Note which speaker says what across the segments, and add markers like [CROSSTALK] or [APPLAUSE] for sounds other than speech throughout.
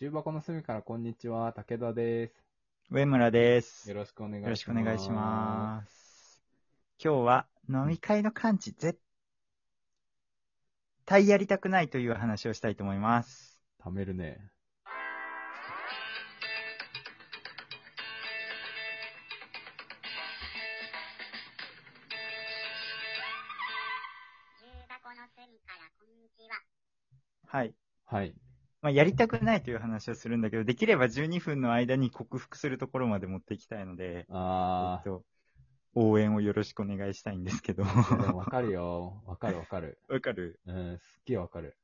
Speaker 1: 重箱の隅からこんにちは、武田です。
Speaker 2: 上村です。
Speaker 1: よ
Speaker 2: よ
Speaker 1: ろしくお願いします。
Speaker 2: ろしくお願いします。今日は飲み会の感知絶対やりたくないという話をしたいと思います。
Speaker 1: す。貯めるね。
Speaker 3: 重箱の隅からこんにちは。
Speaker 2: はい。
Speaker 1: はい。
Speaker 2: まあ、やりたくないという話をするんだけど、できれば12分の間に克服するところまで持っていきたいので、え
Speaker 1: あ
Speaker 2: っと、応援をよろしくお願いしたいんですけど。
Speaker 1: ー、でも
Speaker 2: [LAUGHS]
Speaker 1: わ
Speaker 2: わ
Speaker 1: かるよ。わかるわかる。
Speaker 2: かる、
Speaker 1: うん、すっげえわかる。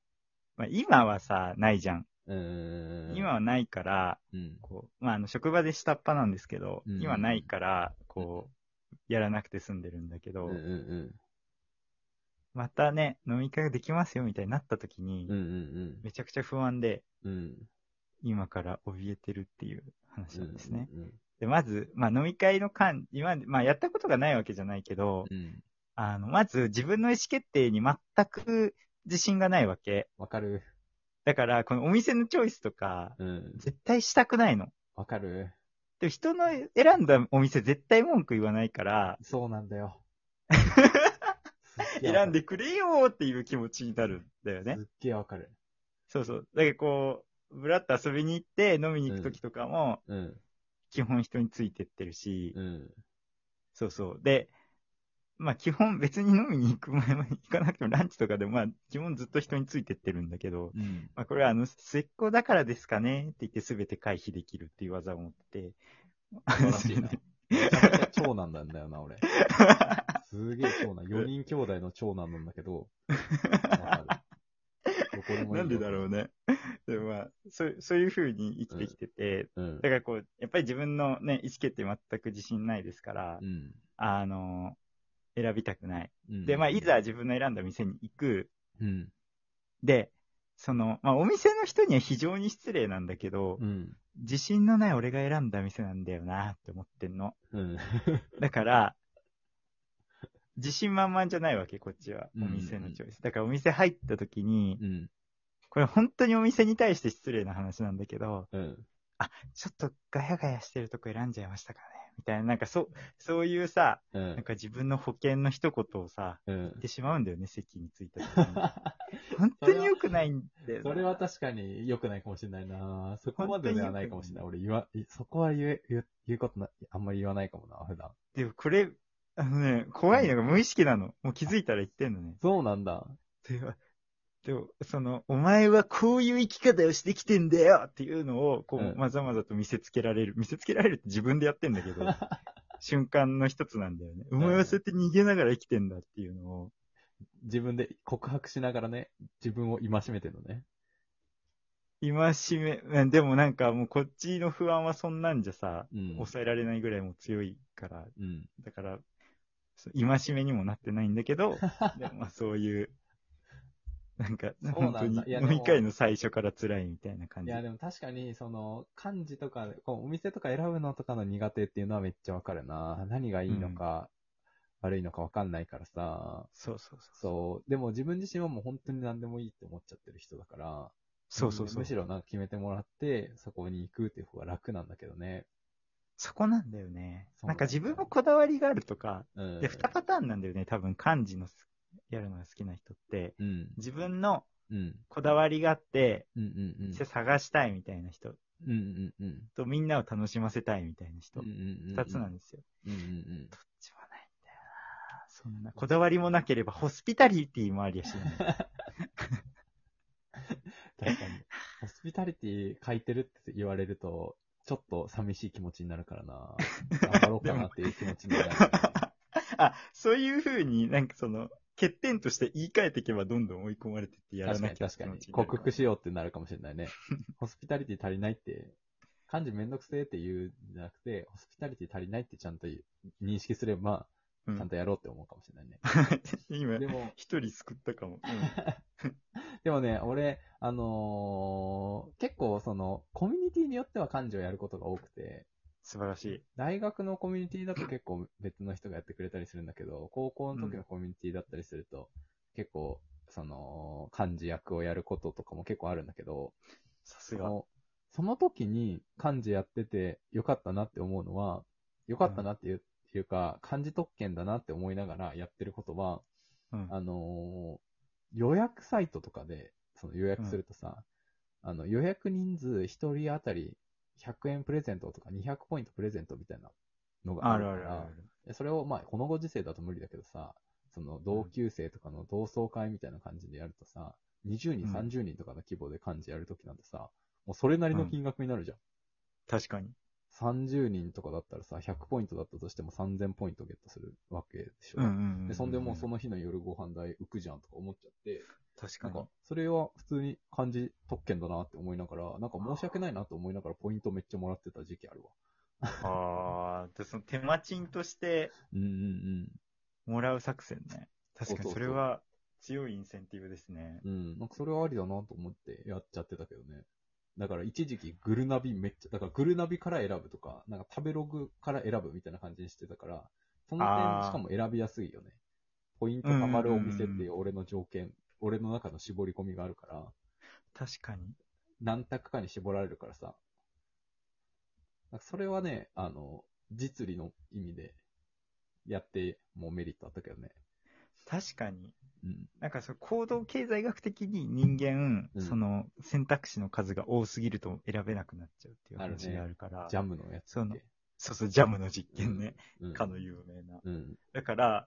Speaker 2: まあ、今はさ、ないじゃん。
Speaker 1: うーん。
Speaker 2: 今はないから、
Speaker 1: うん。
Speaker 2: こう、まあ、あの、職場で下っ端なんですけど、
Speaker 1: うん
Speaker 2: 今ないから、こう、やらなくて済んでるんだけ
Speaker 1: う
Speaker 2: ど、
Speaker 1: んうん
Speaker 2: またね、飲み会ができますよみたいになった時に
Speaker 1: うん。うん、うん
Speaker 2: めちゃくちゃ不安で、
Speaker 1: うん。うん。
Speaker 2: 今から怯えてるっていう話なんですね。
Speaker 1: うんうん
Speaker 2: で、まず、まあ、飲み会の間、今まで、まあ、やったことがないわけじゃないけど、
Speaker 1: うん。うん。
Speaker 2: あの、まず自分の意思決定に全く自信がないわけ。
Speaker 1: わかる。
Speaker 2: だから、このお店のチョイスとか、
Speaker 1: うん。
Speaker 2: 絶対したくないの。
Speaker 1: わかる。
Speaker 2: でも人の選んだお店絶対文句言わないから、
Speaker 1: そうなんだよ。すっげえわかる
Speaker 2: 選んでくれよーっていう気持ちになるんだよね
Speaker 1: す。っげえわかる。
Speaker 2: そうそう。だけどこう、ぶらっと遊びに行って飲みに行く時とかも、
Speaker 1: うん。
Speaker 2: 基本人についてってるし、
Speaker 1: うん。
Speaker 2: そうそう。で、まあ基本別に飲みに行く前も行かなくてもランチとかでもまあ基本ずっと人についてってるんだけど、
Speaker 1: うん。
Speaker 2: まあ、これはあの、末っ子だからですかねって言って全て回避できるっていう技を持ってて。
Speaker 1: 素晴らしいなめちゃめちゃ長男なんだよな、俺。すげえ長男。4人兄弟の長男なんだけど。わかるどこもいいよ
Speaker 2: [LAUGHS] なんでだろうね。でもまあ、そうそういう風に生きてきてて、
Speaker 1: うん
Speaker 2: だ。からこう、やっぱり自分のね、意思決定全く自信ないですから
Speaker 1: う、ん。
Speaker 2: あの、選びたくない。
Speaker 1: うん
Speaker 2: で、まあ、いざ、自分の選んだ店に行く。
Speaker 1: うん。
Speaker 2: で、その、まあ、お店の人には非常に失礼なんだけど、
Speaker 1: うん。
Speaker 2: 自信のない俺が選んだ店なんだよなって思ってんの。
Speaker 1: うん。
Speaker 2: だから、自信満々じゃないわけ、こっちは。
Speaker 1: うん
Speaker 2: お店のチョイス。だからお店入った時に、
Speaker 1: うん。
Speaker 2: これ本当にお店に対して失礼な話なんだけど、
Speaker 1: うん。
Speaker 2: ちょっとガヤガヤしてるとこ選んじゃいましたかね。みたいな、なんかそ、そういうさ、
Speaker 1: う
Speaker 2: なん
Speaker 1: ん。
Speaker 2: か自分の保険の一言をさ、
Speaker 1: うん
Speaker 2: 言っ。てしまうんだよね、席に着いた時
Speaker 1: [LAUGHS]
Speaker 2: に。本当に良くないんだよな。
Speaker 1: それは確かに良くないかもしれないなそこまでではないかもしれない。俺言わ、そこは言え、言う言うことな、あんまり言わないかもな、普段。
Speaker 2: でもこれ、あのね、怖いのが無意識なの。もう気づいたら言ってんのね。
Speaker 1: そうなんだ。
Speaker 2: では、でも、その、お前はこういう生き方をしてきてんだよっていうのを、こう、
Speaker 1: うん
Speaker 2: まざまざと見せつけられる。見せつけられるって自分でやってんだけど、
Speaker 1: [LAUGHS]
Speaker 2: 瞬間の一つなんだよね。お前はそうやって逃げながら生きてんだっていうのを、
Speaker 1: 自分で告白しながらね、自分を戒めてるのね。
Speaker 2: 今しめ、うんでもなんかもうこっちの不安はそんなんじゃさ、
Speaker 1: うん。
Speaker 2: 抑えられないぐらいもう強いから、
Speaker 1: うん。
Speaker 2: だから、そう今しめにもなってないんだけ
Speaker 1: [LAUGHS]
Speaker 2: ど、でもまあそういう、なんか、
Speaker 1: そうなん
Speaker 2: 本
Speaker 1: だ
Speaker 2: 当に
Speaker 1: いやで
Speaker 2: 飲
Speaker 1: も
Speaker 2: み会の最初から辛いみたいな感
Speaker 1: い
Speaker 2: じ。
Speaker 1: や、でも確かに、その、漢字とか、こうお店とか選ぶのとかの苦手っていうのはめっちゃわかるな。何がいいのか、悪いのかわかんないからさ。
Speaker 2: そうそうそう。
Speaker 1: そう。でも自分自身はもう本当に何でもいいって思っちゃってる人だから。
Speaker 2: そうそうそう
Speaker 1: むし。ろなんか決めてもらって、そこに行くっていう方が楽なんだけどね。
Speaker 2: そこなんだよね。
Speaker 1: そう
Speaker 2: な
Speaker 1: なんだ
Speaker 2: んか
Speaker 1: よ
Speaker 2: 自分もこだわりがあるとか、
Speaker 1: うん。
Speaker 2: で、二パターンなんだよね。多分漢字のすやるのが好きな人って。
Speaker 1: うん。
Speaker 2: 自分の
Speaker 1: うん。
Speaker 2: こだわりがあって、
Speaker 1: うんうんうん。
Speaker 2: 店探したいみたいな人
Speaker 1: うんうんうん。
Speaker 2: とみんなを楽しませたいみたいな人
Speaker 1: うん。うんうん。
Speaker 2: 二つなんですよ。
Speaker 1: うんうんうん。
Speaker 2: どっちもないんだよなそんな。こだわりもなければホスピタリティもありやし [LAUGHS] ない。
Speaker 1: 確かに。ホスピタリティ書いてるって言われると、ちょっと寂しい気持ちになるからな。頑張ろうかなっていう気持ちになる。
Speaker 2: あ、そういう風になんかその、欠点として言い換えていけばどんどん追い込まれてってやら
Speaker 1: 確か
Speaker 2: な
Speaker 1: に
Speaker 2: きゃ
Speaker 1: 確かに
Speaker 2: って気。持ちになる
Speaker 1: 克服しようってなるかもしれないね。ホスピタリティ足りないって、漢字めんどくせえって言うんじゃなくて、ホスピタリティ足りないってちゃんと認識すれば、
Speaker 2: う
Speaker 1: ちゃん
Speaker 2: ん、
Speaker 1: とやろうって思うかもしれない
Speaker 2: [LAUGHS]
Speaker 1: ね。
Speaker 2: 今
Speaker 1: で、も、
Speaker 2: 一人救ったかも。
Speaker 1: でもね、俺、あのー結構その、コミュニティによっては漢字をやることが多くて、
Speaker 2: 素晴らしい。
Speaker 1: 大学のコミュニティだと結構別の人がやってくれたりするんだけど、高校の時のコミュニティだったりすると、結構、その、漢字役をやることとかも結構あるんだけど、
Speaker 2: さす
Speaker 1: そ
Speaker 2: が。
Speaker 1: のその時に漢字やっててよかったなって思うのは、よかったなっていう,、いうか、漢字特権だなって思いながらやってることは、
Speaker 2: うん。
Speaker 1: あのー予約サイトとかで、その予約するとさ、あの予約人数1人当たり100円プレゼントとか200ポイントプレゼントみたいなのがあ
Speaker 2: あ
Speaker 1: る
Speaker 2: る
Speaker 1: か
Speaker 2: あ
Speaker 1: ら、
Speaker 2: るある。
Speaker 1: でそれを、まあ、このご時世だと無理だけどさ、その同級生とかの同窓会みたいな感じでやるとさ、20人、
Speaker 2: うん
Speaker 1: 30人とかの規模で漢字やるときなんてさ、もうそれなりの金額になるじゃん。
Speaker 2: 確かに。
Speaker 1: 30人とかだったらさ、100ポイントだったとしても3000ポイントゲットするわけでしょ。
Speaker 2: うんうんうんうん。
Speaker 1: でそんでもうその日の夜ご飯代浮くじゃんとか思っちゃって、
Speaker 2: 確
Speaker 1: な
Speaker 2: か
Speaker 1: ん
Speaker 2: に
Speaker 1: か。、それは普通に漢字特権だなって思いながら、なんか申し訳ないなと思いながらポイントめっちゃもらってた時期あるわ。
Speaker 2: ああ、でその手間賃として
Speaker 1: うんうんうん。
Speaker 2: もらう作戦ね。確
Speaker 1: そうそうそ
Speaker 2: かに
Speaker 1: う
Speaker 2: それは強いインセンティブですね。
Speaker 1: うん、なんかそれはありだなと思ってやっちゃってたけどね。だから一時期グルナビめっちゃ、だからグルナビから選ぶとか、なんか食べログから選ぶみたいな感じにしてたから、その
Speaker 2: あ
Speaker 1: 点
Speaker 2: ー
Speaker 1: しかも選びやすいよね。ポイント貯まるお店っていう俺の条件、俺の中の絞り込みがあるから、
Speaker 2: 確かに。
Speaker 1: 何択かに絞られるからさ。なんかそれはね、あの、実利の意味でやってもうメリットあったけどね。
Speaker 2: 確かに。
Speaker 1: うん。
Speaker 2: なんかその行動経済学的に人間、
Speaker 1: うん
Speaker 2: その選択肢の数が多すぎると選べなくなっちゃうっていう
Speaker 1: あるね
Speaker 2: 話があるから。
Speaker 1: ジャムのやつ
Speaker 2: そ
Speaker 1: っ
Speaker 2: の
Speaker 1: け。
Speaker 2: そうそう、ジャムの実験ね。
Speaker 1: うん
Speaker 2: かの有名な。
Speaker 1: うん。
Speaker 2: だから、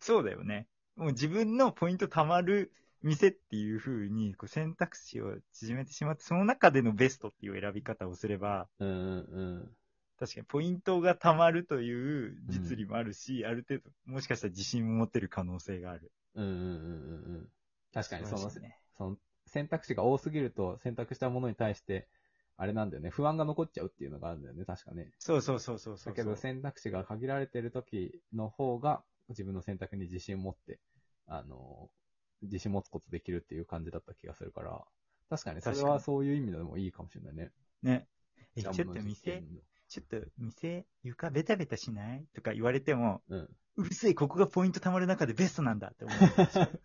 Speaker 2: そうだよね。もう自分のポイント貯まる店っていう風にこう選択肢を縮めてしまって、その中でのベストっていう選び方をすれば、
Speaker 1: うんうん
Speaker 2: 確かにポイントが貯まるという実利もあるし、ある程度、もしかしたら自信も持てる可能性がある。
Speaker 1: うん。うんうんうんうんうん。確かにその、
Speaker 2: 素晴らしいね。
Speaker 1: その選択肢が多すぎると選択したものに対して、あれなんだよね、不安が残っちゃうっていうのがあるんだよね、確かね。
Speaker 2: そうそうそうそうそう。
Speaker 1: だけど選択肢が限られてる時の方が自分の選択に自信を持って、あの、自信持つことできるっていう感じだった気がするから、確かにそれ
Speaker 2: 確か
Speaker 1: は
Speaker 2: に
Speaker 1: そういう意味でもいいかもしれないね。
Speaker 2: ね。え、
Speaker 1: ジャ
Speaker 2: ちょ
Speaker 1: ム
Speaker 2: っ
Speaker 1: の
Speaker 2: と
Speaker 1: 実
Speaker 2: 店
Speaker 1: 験、の
Speaker 2: ちょっと店、床ベタベタしないとか言われても、
Speaker 1: うん。
Speaker 2: うるせえ、ここがポイント貯まる中でベストなんだって思う。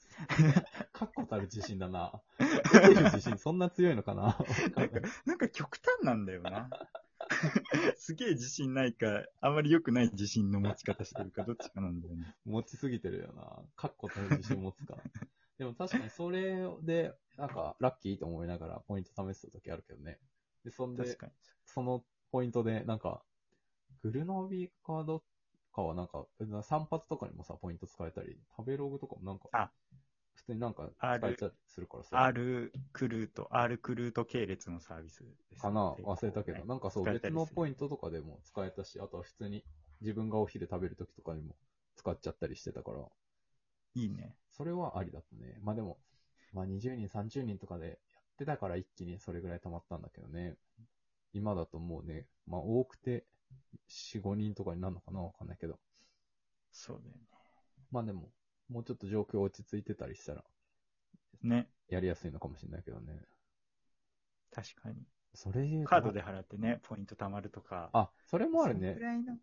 Speaker 1: 確固たる自信だ
Speaker 2: [LAUGHS]
Speaker 1: な。出てる自信、そんな強いのかな [LAUGHS]
Speaker 2: なんか極端なんだよな。すげえ自信ないか、あんまり良くない自信の持ち方してるか、どっちかなんだよね。
Speaker 1: 持ちすぎてるよな。確固たる自信持
Speaker 2: [LAUGHS]
Speaker 1: つから。でも確かにそれで、なんか、ラッキーと思いながらポイント貯めてた時あるけどね。で、そん
Speaker 2: 確
Speaker 1: で、
Speaker 2: かに。
Speaker 1: そのポイントで、なんか、グルノビかどっかはなんか、散髪とかにもさ、ポイント使えたり、食べログとかもなんか、
Speaker 2: あ
Speaker 1: 普通になんか使
Speaker 2: ある
Speaker 1: えちゃったりするからさ。
Speaker 2: R クルート、R クルート系列のサービスです
Speaker 1: か
Speaker 2: ね、
Speaker 1: な忘れたけど、
Speaker 2: ね
Speaker 1: なんかそう、
Speaker 2: 使え
Speaker 1: 別
Speaker 2: たりする
Speaker 1: のポイントとかでも使えたし、あとは普通に自分がお昼食べる時とかにも使っちゃったりしてたから、
Speaker 2: いいね。
Speaker 1: それはありだったね。まあでも、まあ20人、30人とかでやってたから一気にそれぐらい溜まったんだけどね。今だともうね、まあ多くて4、5人とかになるのかなわかんないけど。
Speaker 2: そうだよ
Speaker 1: まあでも、もうちょっと状況落ち着いてたりしたら、
Speaker 2: ね。ね。
Speaker 1: やりやすいのかもしれないけどね。
Speaker 2: 確かに。
Speaker 1: それ言うと
Speaker 2: カード。で払ってね、ポイント貯まるとか。
Speaker 1: あ、それもある
Speaker 2: そん
Speaker 1: ね
Speaker 2: く。らいの、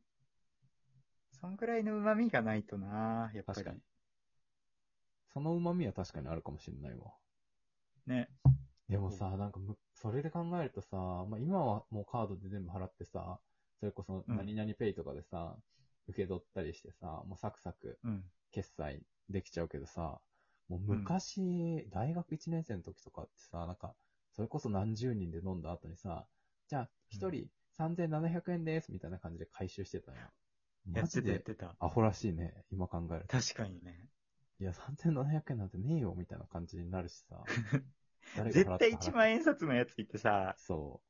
Speaker 2: そんくらいの旨味がないとな、やっぱり
Speaker 1: 確。かに。その旨味は確かにあるかもしれないわ。
Speaker 2: ね。
Speaker 1: でもさ、なんかむ、それで考えるとさ、まあ、今はもうカードで全部払ってさ、それこそ、
Speaker 2: うん
Speaker 1: 何々ペイとかでさ、受け取ったりしてさ、もうサクサク
Speaker 2: うん。
Speaker 1: 決済できちゃうけどさ、もう昔、大学1年生の時とかってさ、なんか、それこそ何十人で飲んだ後にさ、じゃあ、一人3700円です、みたいな感じで回収してたよ。
Speaker 2: や
Speaker 1: マ
Speaker 2: って
Speaker 1: ジ
Speaker 2: た、やっ
Speaker 1: で、
Speaker 2: てた。
Speaker 1: アホらしいね、今考えると。
Speaker 2: 確かにね。
Speaker 1: いや、3700円なんてねえよ、みたいな感じになるし
Speaker 2: [LAUGHS]
Speaker 1: さ。誰が払
Speaker 2: 絶
Speaker 1: った
Speaker 2: 対
Speaker 1: 払った
Speaker 2: 1万円札のやつ行ってさ、
Speaker 1: そ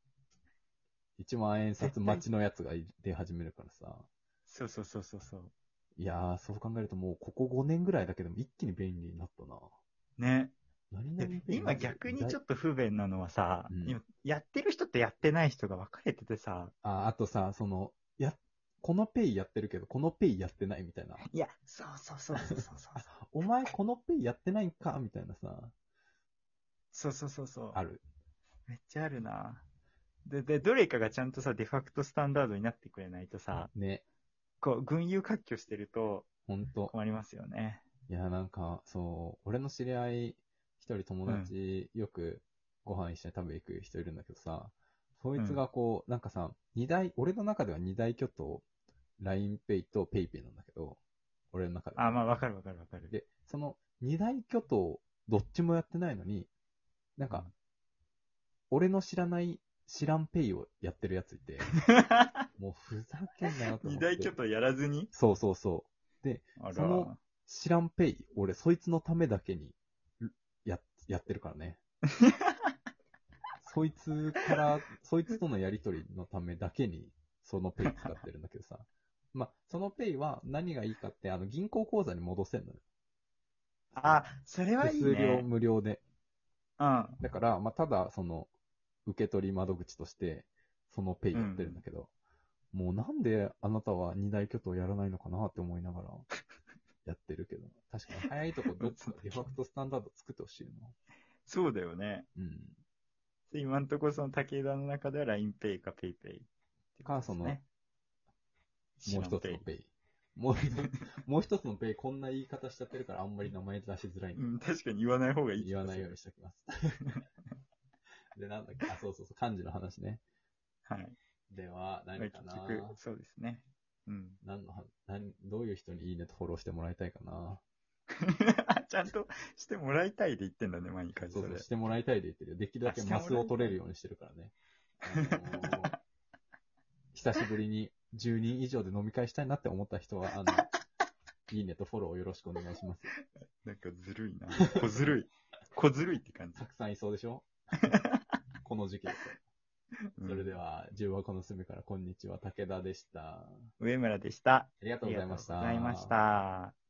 Speaker 1: う。1万円札待ちのやつが出始めるからさ。
Speaker 2: そうそうそうそうそう。
Speaker 1: いやー、そう考えるともうここ5年ぐらいだけでも一気に便利になったな。
Speaker 2: ね。
Speaker 1: 何々
Speaker 2: で
Speaker 1: 便利
Speaker 2: 今逆にち
Speaker 1: と。
Speaker 2: ょっと不便なのはさ、
Speaker 1: うん
Speaker 2: 今やってる人とやってない人が分かれててさ、
Speaker 1: あ、あとさ、その、や、このペイやってるけど、このペイやってないみたいな。
Speaker 2: いや、そうそうそうそうそうそう。
Speaker 1: お前このペイやってないんかみたいなさ、
Speaker 2: そうそうそうそう。
Speaker 1: ある。
Speaker 2: めっちゃあるな。で、で、どれかがちゃんとさ、デファクトスタンダードになってくれないとさ、
Speaker 1: ね。
Speaker 2: こう、群雄割拠してると
Speaker 1: ほんと。
Speaker 2: 困りますよね。
Speaker 1: いや、なんか、そう、俺の知り合い、一人友達、よくご飯一緒に食べ行く人いるんだけどさ、そいつがこう、なんかさ、二大、俺の中では二大巨頭、LINEPay と PayPay なんだけど、俺の中では。
Speaker 2: あ、まあ、わかるわかるわかる。
Speaker 1: で、その二大巨頭、どっちもやってないのに、なんか、俺の知らない、知らんペイをやってるやつい
Speaker 2: [LAUGHS]
Speaker 1: て、もうふざけんなよと思
Speaker 2: 二
Speaker 1: って。
Speaker 2: 大巨頭やらずに
Speaker 1: そうそうそう。
Speaker 2: あ
Speaker 1: そ
Speaker 2: ら。
Speaker 1: の知らんペイ、俺、そいつのためだけに、や、やってるから
Speaker 2: [LAUGHS]
Speaker 1: ね。そいつから、そいつとのやりとりのためだけに、そのペイ使ってるんだけどさ。まあ、そのペイは何がいいかって、あの、銀行口座に戻せんのよ。
Speaker 2: あ、それはいい
Speaker 1: 手数料
Speaker 2: ね。
Speaker 1: 無料で。
Speaker 2: うん。
Speaker 1: だから、まあ、ただ、その、受け取り窓口として、そのペイやってるんだけど、もうなんであなたは二大巨頭やらないのかなって思いながら、やってるけど、確かに早いとこ
Speaker 2: [LAUGHS]
Speaker 1: どっかデファクトスタンダード作ってほしいよ
Speaker 2: そうだよね。
Speaker 1: な。うん。
Speaker 2: 今のところその武田の中では LINEPay か PayPay。
Speaker 1: か、その、もう一つの
Speaker 2: ペイ
Speaker 1: ペイ。もう一つ、 [LAUGHS] もう一つのペイ、こんな言い方しちゃってるから、あんまり名前出しづらいんだけど
Speaker 2: うん、確かに言わない方がいい気
Speaker 1: 言
Speaker 2: が
Speaker 1: わ
Speaker 2: する。
Speaker 1: ないようにしておき
Speaker 2: [LAUGHS]
Speaker 1: ます。で、なんだっけ、あ、そうそうそう、漢字の話ね。
Speaker 2: はい。
Speaker 1: では、
Speaker 2: まあ
Speaker 1: 何
Speaker 2: 結
Speaker 1: かな
Speaker 2: 局、そうですね。うん。 [LAUGHS]
Speaker 1: 何のは、何、どういう人にいいねとフォローしてもらいたいかな。
Speaker 2: ちゃんとしてもらいたいで言ってんだね、毎回
Speaker 1: そ
Speaker 2: そう
Speaker 1: そ
Speaker 2: れ。
Speaker 1: う、してもらいたいで言ってるよ。できるだけマスを取れるようにしてるからね。あの [LAUGHS] ー久しぶりに10人以上で飲み会したいなって思った人は、あの、 [LAUGHS] いいねとフォローをよろしくお願いします。
Speaker 2: なんかずるいな。小ずるい。小ずるいって感じ
Speaker 1: た。くさんいそうでしょこの時期だと。
Speaker 2: うん
Speaker 1: [LAUGHS] それでは、10話この隅からこんにちは、武田でした。
Speaker 2: 上村でした。
Speaker 1: ありがとうございました。
Speaker 2: ありがとうございました。